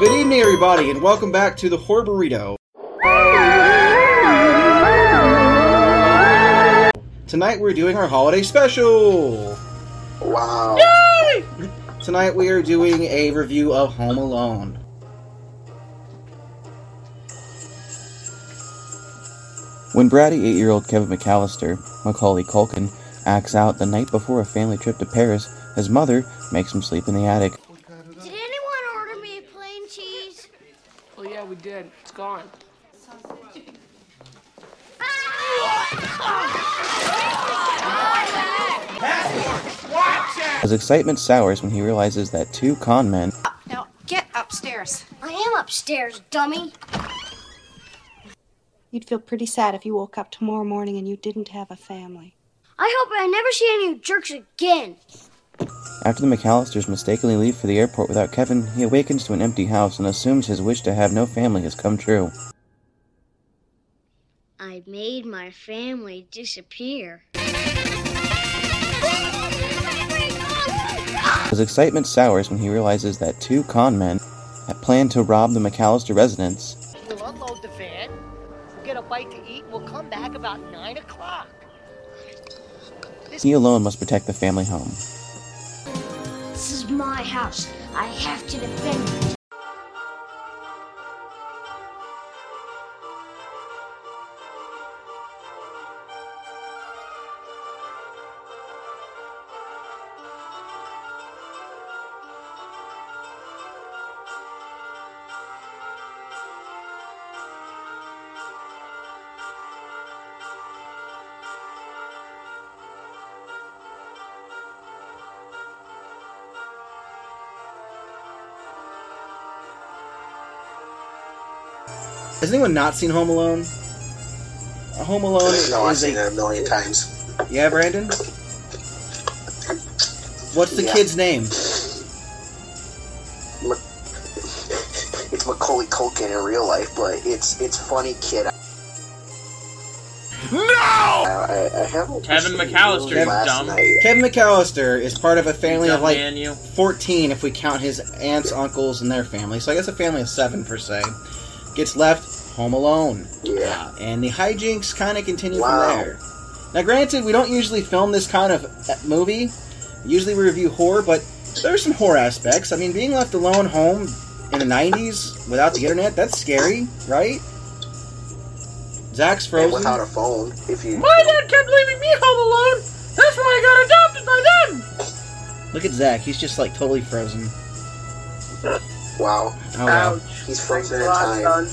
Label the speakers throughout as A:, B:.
A: Good evening, everybody, and welcome back to the Horror Burrito. Tonight we're doing our holiday special.
B: Wow.
A: Tonight we are doing a review of Home Alone.
C: When bratty eight-year-old Kevin McAllister, Macaulay Culkin, acts out the night before a family trip to Paris, his mother makes him sleep in the attic.
D: Did anyone order me plain cheese?
E: Well, Oh, yeah, we did. It's gone.
C: His excitement sours when he realizes that two con men
F: Now get upstairs.
D: I am upstairs, dummy.
G: You'd feel pretty sad if you woke up tomorrow morning and you didn't have a family.
D: I hope I never see any jerks again.
C: After the McAllisters mistakenly leave for the airport without Kevin, he awakens to an empty house and assumes his wish to have no family has come true.
D: I made my family disappear.
C: His excitement sours when he realizes that two con men had planned to rob the McAllister residence.
H: We'll unload the van, we'll get a bite to eat, and we'll come back about 9 o'clock.
C: He alone must protect the family home.
D: This is my house. I have to defend it.
A: Has anyone not seen Home Alone? Home Alone
B: No, I've
A: is
B: seen
A: a
B: it a million times.
A: yeah, Brandon. What's the
B: Yeah.
A: kid's name?
B: It's Macaulay Culkin in real life, but it's it's funny kid. No! I, I haven't
I: Kevin
B: seen
I: McAllister,
B: it last
I: dumb.
B: night.
A: Kevin McAllister is part of a family
I: Dumb
A: of like
I: man, you.
A: 14 if we count his aunts, uncles, and their family. So I guess a family of seven per se. Gets left home alone.
B: Yeah.
A: And the hijinks kind of continue
B: Wow.
A: from there. Now, granted, we don't usually film this kind of uh, movie. Usually we review horror, but there's some horror aspects. I mean, being left alone home in the 90s without the internet, that's scary, right? Zach's
B: And
A: frozen.
B: without a phone, if you
I: dad kept leaving me home alone. That's why I got adopted by them.
A: Look at Zach. He's just like totally frozen.
B: wow,
A: Oh, wow.
B: he's frozen in time.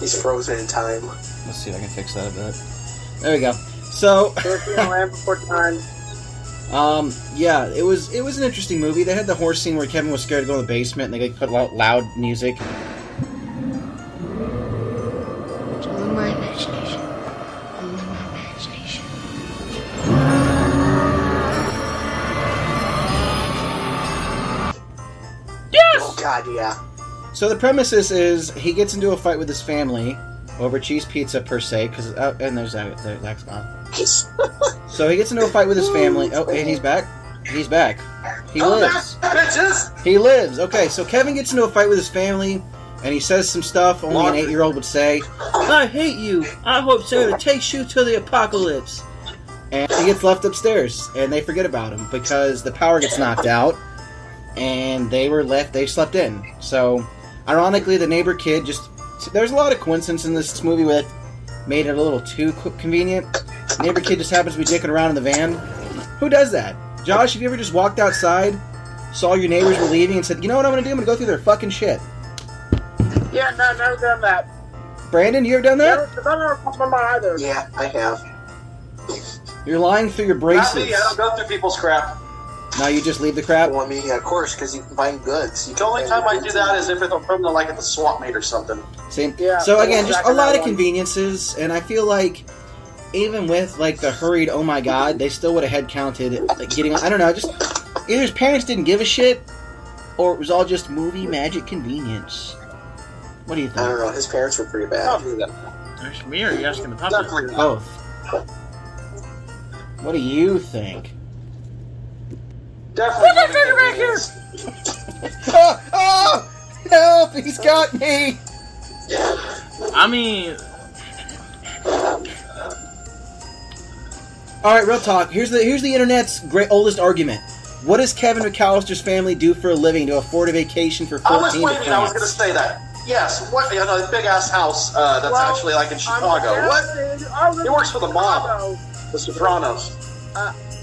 B: He's frozen in time.
A: Let's see if I can fix that a bit. There we go. So, um, yeah, it was it was an interesting movie. They had the horse scene where Kevin was scared to go in the basement, and they like, put loud, loud music.
D: It's only my imagination. Only my imagination.
B: Oh God, yeah.
A: So the premises is he gets into a fight with his family over cheese pizza per se, because oh, and there's that there's Zach's mom. So he gets into a fight with his family. Oh, and he's back. He's back. He lives.
B: Bitches.
A: He lives. Okay, so Kevin gets into a fight with his family, and he says some stuff only an eight-year-old would say. I hate you. I hope Santa takes you to the apocalypse. And he gets left upstairs, and they forget about him because the power gets knocked out, and they were left. They slept in. So, ironically, the neighbor kid just. There's a lot of coincidence in this movie that made it a little too co- convenient. Neighbor kid just happens to be dicking around in the van. Who does that? Josh, have you ever just walked outside, saw your neighbors were leaving, and said, "You know what I'm gonna do? I'm gonna go through their fucking shit."
J: Yeah, no, never done that.
A: Brandon, you ever done that?
J: Never, I don't remember either.
B: Yeah, I have.
A: You're lying through your braces.
J: go through people's crap.
A: Now you just leave the crap.
B: Well, I mean, yeah, of course, because you can find goods. You
J: The only
B: can
J: time
B: find
J: I do
B: goods.
J: that is if it's a criminal, like at the swap meet or something.
A: Same.
J: Yeah,
A: so
J: that
A: again,
J: was
A: just
J: back
A: a
J: in
A: lot
J: that
A: of
J: one.
A: conveniences, and I feel like even with like the hurried, oh my god, they still would have head counted like, getting. I don't know. Just either his parents didn't give a shit, or it was all just movie magic convenience. What do you
B: I don't
A: think?
B: know. His parents were pretty bad.
J: Probably that.
I: There's me. Are you asking the puppet?
J: Definitely not.
A: Both. What do you think?
J: Definitely.
I: Put that trigger back here!
A: Ah, ah, help! He's got me.
K: I mean,
A: All right, real talk. Here's the here's the internet's great oldest argument. What does Kevin McAllister's family do for a living to afford a vacation for
J: I was
A: 14 to
J: waiting. I was going
A: France?
J: to say that. Yes. What? You know, the big ass house uh, that's
I: Well,
J: actually like in Chicago. what? He works for the mob. The Sopranos.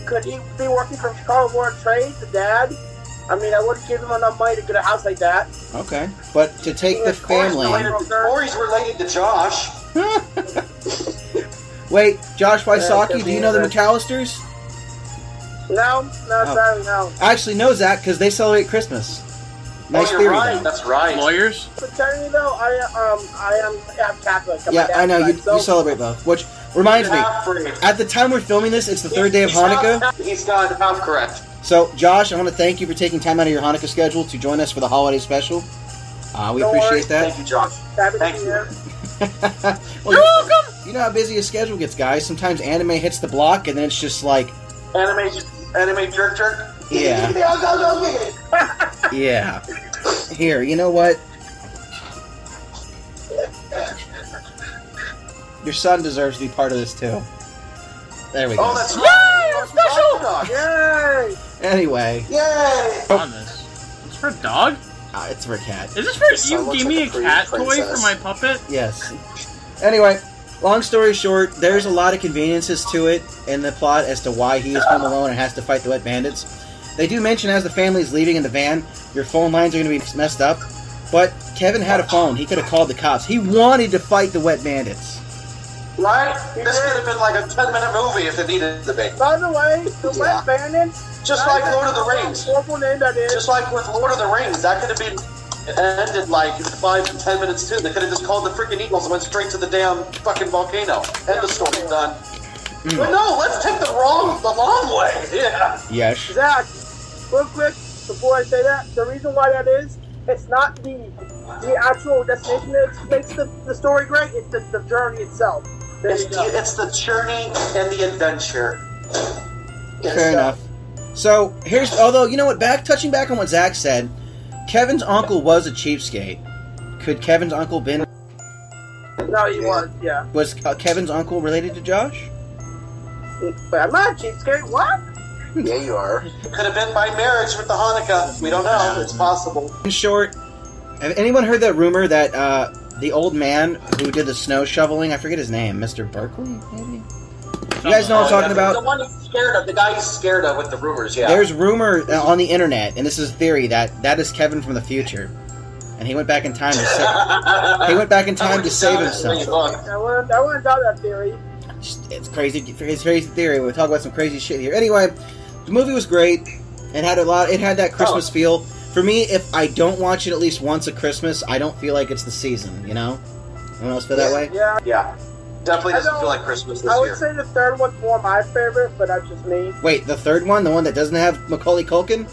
I: Could he be working from Chicago Board of Trade, the dad? I mean, I wouldn't give him enough money to get a house like that.
A: Okay, but to take the
J: Of course,
A: family.
J: related to- Or he's related to Josh.
A: Wait, Josh
I: Yeah,
A: Wysocki, do you know the
I: yeah.
A: McAllisters?
I: No, no,
A: Oh.
I: sorry, no.
A: I actually know Zach because they celebrate Christmas. Nice
J: oh,
A: theory.
J: you're right.
A: though.
J: That's right.
K: lawyers.
I: But technically, though, I um, I am I'm Catholic. I'm
A: Yeah,
I: a
A: I know you,
I: Catholic, so-
A: you celebrate both. Which reminds me,
J: Half free.
A: at the time we're filming this, it's the third day of
J: He's not-
A: Hanukkah.
J: He's not half correct.
A: So, Josh, I want to thank you for taking time out of your Hanukkah schedule to join us for the holiday special. Uh, we
I: Don't
A: appreciate
J: Thank you, Josh.
I: Happy to
J: Thank
I: be
J: you.
I: here.
A: that. well,
I: You're welcome.
A: you know how busy his schedule gets, guys. Sometimes anime hits the block, and then it's just like,
J: Anime, anime jerk jerk.
A: Yeah. yeah, here, you know what? Your son deserves to be part of this too. There we go.
J: Oh, that's right. Yay! Special.
I: Yay!
A: anyway,
J: Yay!
A: Oh.
K: On this, it's for a dog.
A: uh, it's for a cat.
K: Is this for
J: Son
K: you?
J: looks
K: Gave
J: like
K: me
J: a
K: a
J: Korean
K: cat toy for
J: princess.
K: my puppet.
A: Yes. Anyway, long story short, there's a lot of conveniences to it in the plot as to why he is home alone and has to fight the wet bandits. They do mention as the family is leaving in the van, your phone lines are going to be messed up. But Kevin had a phone. He could have called the cops. He wanted to fight the wet bandits.
J: Right? This could have been like a 10 minute movie if it needed to be.
I: By the way, the
J: Yeah.
I: Wet Bandits.
J: Just
I: that
J: like
I: is
J: Lord of the
I: a
J: Rings.
I: Horrible name that is.
J: Just like with Lord of the Rings, that could have been ended like five to ten minutes too. They could have just called the freaking Eagles and went straight to the damn fucking volcano. End of story, done.
A: Hmm.
J: But no, let's take the wrong, the long way. Yeah.
A: Yes.
I: Zach, real quick, before I say that, the reason why that is, it's not the the actual destination that makes the, the story great, it's the, the journey itself. There
J: It's,
I: you go.
J: it's the journey and the adventure.
A: Fair enough. So here's, although you know what, back touching back on what Zach said, Kevin's uncle was a cheapskate. Could Kevin's uncle been
I: No, he was, yeah.
A: was uh, Kevin's uncle related to Josh?
I: But I'm not a cheapskate, what?
B: Yeah, you are.
J: Could have been by marriage with the Hanukkah. We don't know. It's possible.
A: In short, have anyone heard that rumor that uh, the old man who did the snow shoveling, I forget his name, Mr. Berkeley, maybe? You guys know what I'm
J: Oh, yeah,
A: talking
J: the-
A: about?
J: the one he's scared of, the guy he's scared of with the rumors. Yeah.
A: There's rumor uh, on the internet, and this is theory, that that is Kevin from the future. And he went back in time to sa- he went back in time to save himself.
I: I wouldn't, I wouldn't doubt that theory.
A: Just- It's crazy. It's crazy theory. We're talking about some crazy shit here. Anyway, the movie was great. It had a lot. It had that Christmas feel. For me, if I don't watch it at least once at Christmas, I don't feel like it's the season. You know? Anyone else feel that way?
I: Yeah.
J: Yeah. Definitely doesn't
I: I
J: feel
I: don't-
J: like Christmas this
I: I
J: year.
I: would say the third one's more my favorite, but that's just me.
A: Wait, the third one, the one that doesn't have Macaulay Culkin.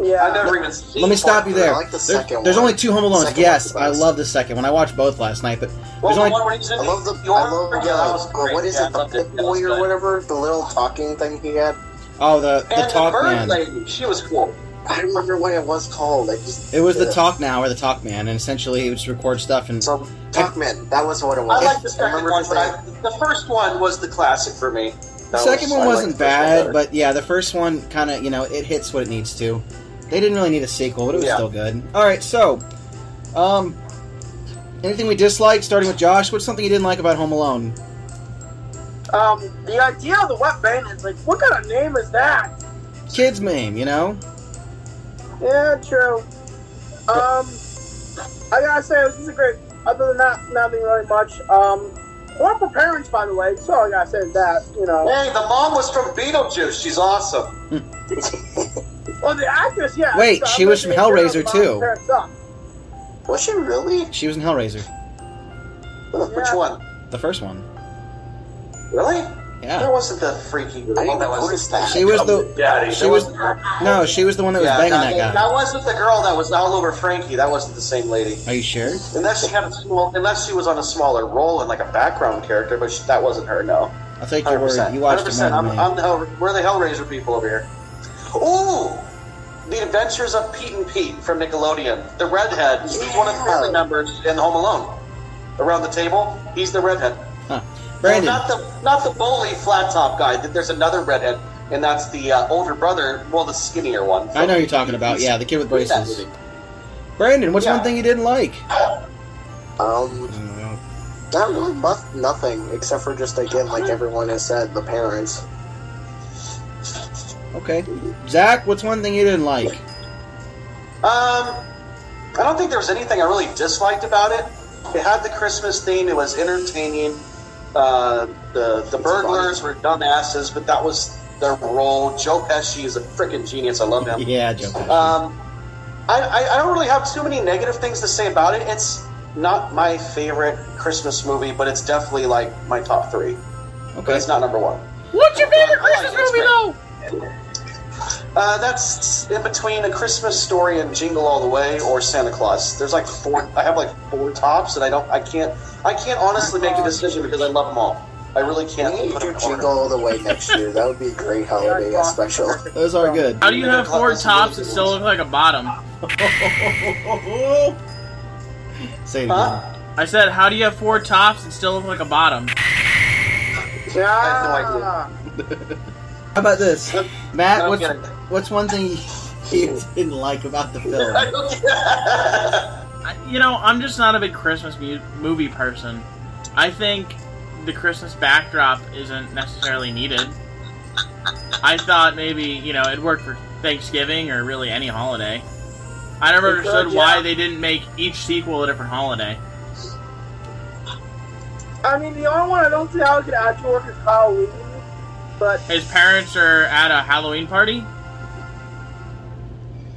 J: I've
I: Yeah.
J: never even seen.
A: Let me stop you there.
B: I like the
A: There's-
B: second
A: there's
B: one.
A: only two Home Alones.
B: Second
A: Yes,
B: one's
A: I
B: the best.
A: love the second one. I watched both last night, but
J: Well,
A: there's
J: the
A: only
J: one where he's in
B: I love the.
J: York?
B: I love the.
J: Yeah, that
B: uh,
J: was great.
B: what is
J: Yeah,
B: it?
J: I loved
B: The
J: That was
B: boy or
J: good.
B: whatever. The little talking thing he had.
A: oh the the
J: And the
A: Talk
J: bird
A: Man.
J: lady, she was cool.
B: I don't remember what it was called. I just.
A: It was the
B: Yeah.
A: Talk Now or the Talk Man, and essentially he would just record stuff and
B: So Talkman. That was what it was.
J: I like the second
B: remember
J: one,
B: his
J: but
B: name.
J: I, the first one was the classic for me.
A: The
J: That
A: second
J: was- I
A: one
J: liked
A: wasn't
J: the first one
A: bad,
J: better.
A: but yeah, the first one kind of, you know, it hits what it needs to. They didn't really need a sequel, but it was
J: Yeah.
A: still good. All right, so, um, anything we disliked, starting with Josh, what's something you didn't like about Home Alone?
I: Um, the idea of the Wet Bandits, like, what kind of name is that?
A: Kids meme, you know?
I: Yeah, true. Um, I gotta say, this is a great. Other than that, nothing really much. Um, horrible parents, by the way. So all I gotta say is that you know.
J: Hey, the mom was from Beetlejuice. She's awesome.
I: Well, the actress, yeah.
A: Wait,
I: so I'm
A: she was from
I: gonna say
A: Hellraiser,
I: the mom's
A: too.
I: parents suck.
B: Was she really?
A: She was in Hellraiser,
J: Which
I: Yeah.
J: one?
A: the first one.
J: Really? That
A: Yeah.
J: wasn't the freaky one.
B: I didn't
J: That was
B: notice that.
A: She was the.
J: daddy.
A: She
J: That
A: was.
J: wasn't-
A: No, she was the one that was
J: yeah,
A: banging
J: that,
A: that guy.
J: that wasn't the girl that was all over Frankie. That wasn't the same lady.
A: Are you sure?
J: Unless she had a small, unless she was on a smaller role and like a background character, but she, that wasn't her. No,
A: I'll take your
J: hundred
A: word.
J: percent.
A: You watched it more
J: Hundred percent.
A: than
J: I'm,
A: me.
J: I'm the Hell, we're the Hellraiser people over here. Ooh! The Adventures of Pete and Pete from Nickelodeon. The redhead. He's one of the family members in Home Alone. Around the table, he's the redhead.
A: Huh. Brandon.
J: Well, not the not the bully flat top guy. Th- There's another redhead, and that's the uh, older brother. Well, the skinnier one.
A: I know who you're talking about. Yeah, the kid with
J: Who's that
A: braces.
J: movie?
A: Brandon, what's one thing you didn't like?
B: Um, not really much, nothing except for just again, like everyone has said, the parents.
A: Okay. Zach, what's one thing you didn't like?
J: Um, I don't think there was anything I really disliked about it. It had the Christmas theme. It was entertaining. Uh, the the burglars were dumbasses, but that was their role. Joe Pesci is a freaking genius. I love him.
A: Yeah, Joe. Pesci.
J: Um, I, I, I don't really have too many negative things to say about it. It's not my favorite Christmas movie, but it's definitely like my top three. But
A: Okay.
J: it's not number one.
K: What's your favorite
J: I like
K: Christmas
J: it, it's
K: movie, though?
J: Uh, that's in between A Christmas Story and Jingle All the Way or Santa Claus. There's like four. I have like four tops, and I don't. I can't. I can't honestly make a decision because I love them all. I really can't.
B: We need
J: put
B: to
J: them in order.
B: jingle all the way next year. That would be a great holiday special.
A: Those are good.
K: How do you have four tops that still look like a bottom?
A: Say it again.
J: Huh?
K: I said, how do you have four tops that still look like a bottom?
J: I have no idea.
A: How about this? Matt,
J: I'm
A: what's,
J: gonna-
A: what's one thing you didn't like about the film?
J: I don't get-
K: I, you know, I'm just not a big Christmas mu- movie person. I think the Christmas backdrop isn't necessarily needed. I thought maybe, you know, it worked for Thanksgiving or really any holiday. I never
J: It could,
K: understood why
J: yeah.
K: they didn't make each sequel a different holiday.
I: I mean, the only one I don't see how it could actually work is Halloween, but
K: His parents are at a Halloween party.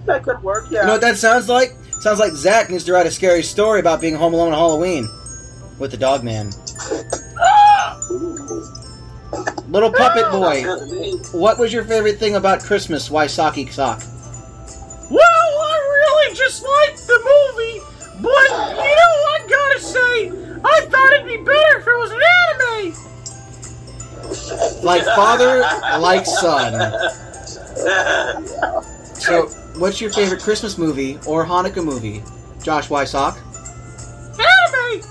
I: that could work. Yeah.
A: You know what that sounds like? Sounds like Zach needs to write a scary story about being home alone on Halloween with the dog man. Little puppet boy, what was your favorite thing about Christmas? Why Socky Sock?
K: Well, I really just liked the movie, but you know, I gotta say, I thought it'd be better if it was an anime.
A: Like father, like son. So, what's your favorite Christmas movie or Hanukkah movie? Josh Wysock?
K: Anime,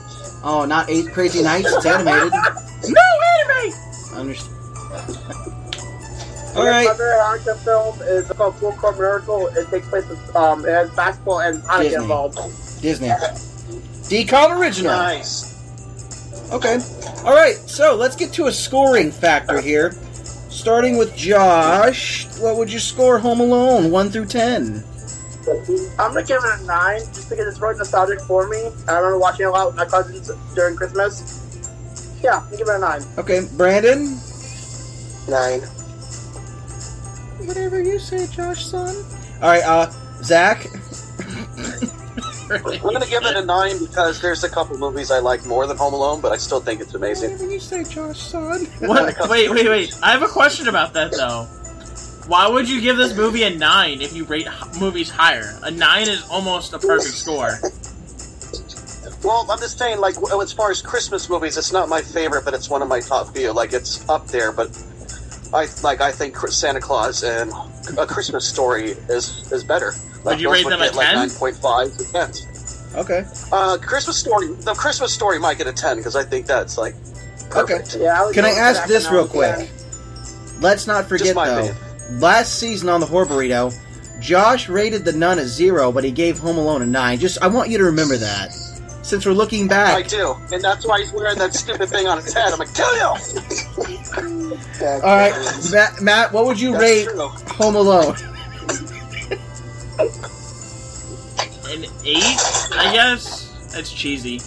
A: Oh, not Eight Crazy Nights. It's animated.
K: no anime.
A: Understand.
I: My
A: All right.
I: other Hanukkah film is called Full Court Miracle. It takes place with, um, it has basketball and Hanukkah
A: Disney.
I: involved.
A: Disney. Decon original.
J: nice.
A: Okay. All right. So let's get to a scoring factor here. Starting with Josh, what would you score Home Alone one through ten?
I: I'm gonna give it a nine just because it's really nostalgic for me. I remember watching it a lot with my cousins during Christmas. Yeah, I'm gonna give it a nine.
A: Okay, Brandon.
B: Nine.
A: Whatever you say, Josh, son. All right. Uh, Zach.
J: I'm gonna give it a nine because there's a couple movies I like more than Home Alone, but I still think it's amazing.
A: Whatever you say, Josh, son.
K: What? Wait, wait, wait. I have a question about that though. Why would you give this movie a nine if you rate h- movies higher? A nine is almost a perfect score.
J: Well, I'm just saying, like, w- as far as Christmas movies, it's not my favorite, but it's one of my top few. Like, it's up there, but I like I think Chris- Santa Claus and A Christmas Story is is better. Like,
K: Would you
J: most
K: rate them a
J: get, like
K: 10?
J: nine point five to ten?
A: Okay.
J: Uh, Christmas Story, the Christmas Story might get a ten because I think that's like
A: Okay.
J: perfect.
I: Yeah. I would
A: Can I
I: go with
A: ask
I: that
A: this
I: for now.
A: real quick? Let's not forget
J: Just my
A: though.
J: opinion.
A: Last season on the Horror Burrito, Josh rated the Nun a zero, but he gave Home Alone a nine. Just I want you to remember that, since we're looking
J: I
A: back.
J: do, and that's why he's wearing that stupid thing on his head. I'm like, kill you!
B: Yeah,
A: All right, Matt, Matt what would you
J: That's
A: rate
J: true.
A: Home Alone?
K: An eight, I guess. That's cheesy.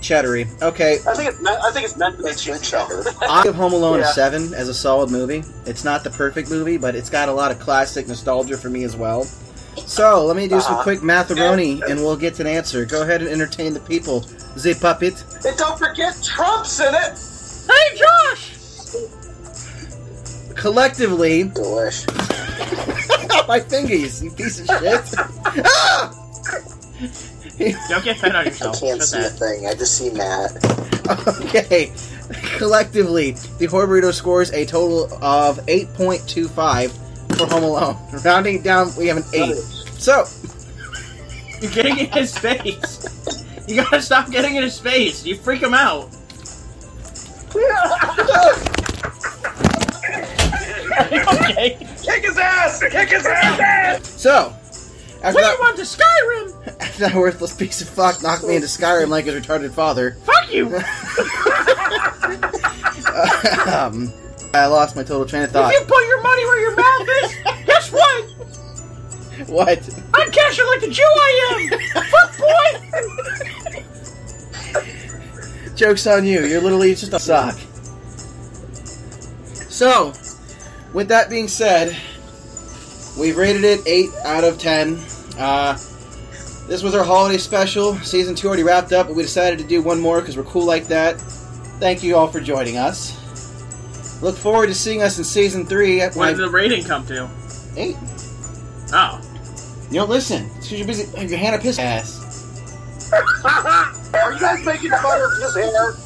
A: Chattery. Okay,
J: I think it's meant, I think it's meant to be cheap show.
A: I give Home Alone
J: Yeah.
A: a seven as a solid movie. It's not the perfect movie, but it's got a lot of classic nostalgia for me as well. So let me do some
J: Uh-huh.
A: quick matharoni, and we'll get an answer. Go ahead and entertain the people, the puppet.
J: and don't forget Trump's in it.
K: Hey, Josh.
A: Collectively,
B: delish.
A: my fingers, you piece of shit.
K: Don't get fed on
B: I
K: yourself.
B: can't
K: Shut
B: see a
K: that.
B: thing. I just see Matt.
A: Okay. Collectively, the Horror Burrito scores a total of 8.25. for Home Alone. Rounding down, we have an eight. So,
K: You're getting in his face. You gotta stop getting in his face. You freak him out. okay?
J: Kick his ass! Kick his ass!
A: so after
K: we
A: that,
K: want to Skyrim!
A: after that worthless piece of fuck knocked me into Skyrim like his retarded father,
K: Fuck you! If
A: um, I lost my total train of thought.
K: you put your money where your mouth is, guess what?
A: What?
K: I'm cashing like the Jew I am! Fuck boy!
A: Joke's on you. You're literally just a sock. So, with that being said, we've rated it 8 out of 10. Uh, this was our holiday special. Season 2 already wrapped up, but we decided to do one more because we're cool like that. Thank you all for joining us. Look forward to seeing us in Season 3. At
K: What
A: my
K: did the rating come to?
A: 8.
K: Oh.
A: You don't listen. It's 'cause you're busy. you have your hand up his ass.
B: Are you guys making fun of his hair?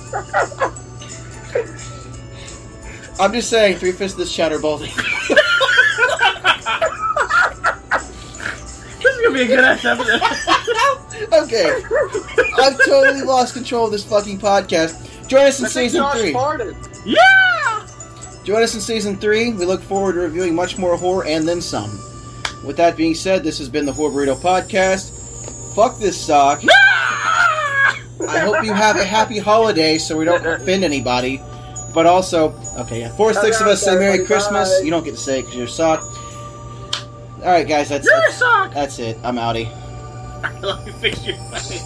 A: I'm just saying, three fists of this shatter balding.
K: This is gonna be a good ass episode.
A: okay. I've totally lost control of this fucking podcast. Join us in season three.
K: yeah!
A: Join us in season three. We look forward to reviewing much more horror and then some. With that being said, this has been the Horror Burrito Podcast. Fuck this sock. I hope you have a happy holiday so we don't offend anybody. But also, okay, yeah, four six of us say Merry Christmas. You don't get to say it because you're a sock. All right, guys, that's
K: You're a
A: that's,
K: sock!
A: that's it. I'm outie.
K: Let me fix your face.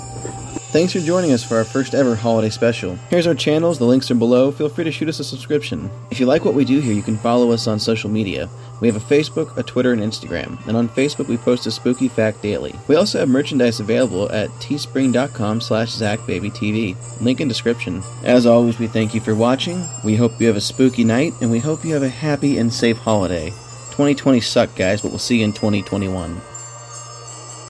C: Thanks for joining us for our first ever holiday special. Here's our channels, the links are below. Feel free to shoot us a subscription. If you like what we do here, you can follow us on social media. We have a Facebook, a Twitter, and Instagram. And on Facebook, we post a spooky fact daily. We also have merchandise available at teespring.com slash ZachBabyTV. Link in description. As always, we thank you for watching. We hope you have a spooky night, and we hope you have a happy and safe holiday. 2020 sucked, guys, but we'll see you in 2021.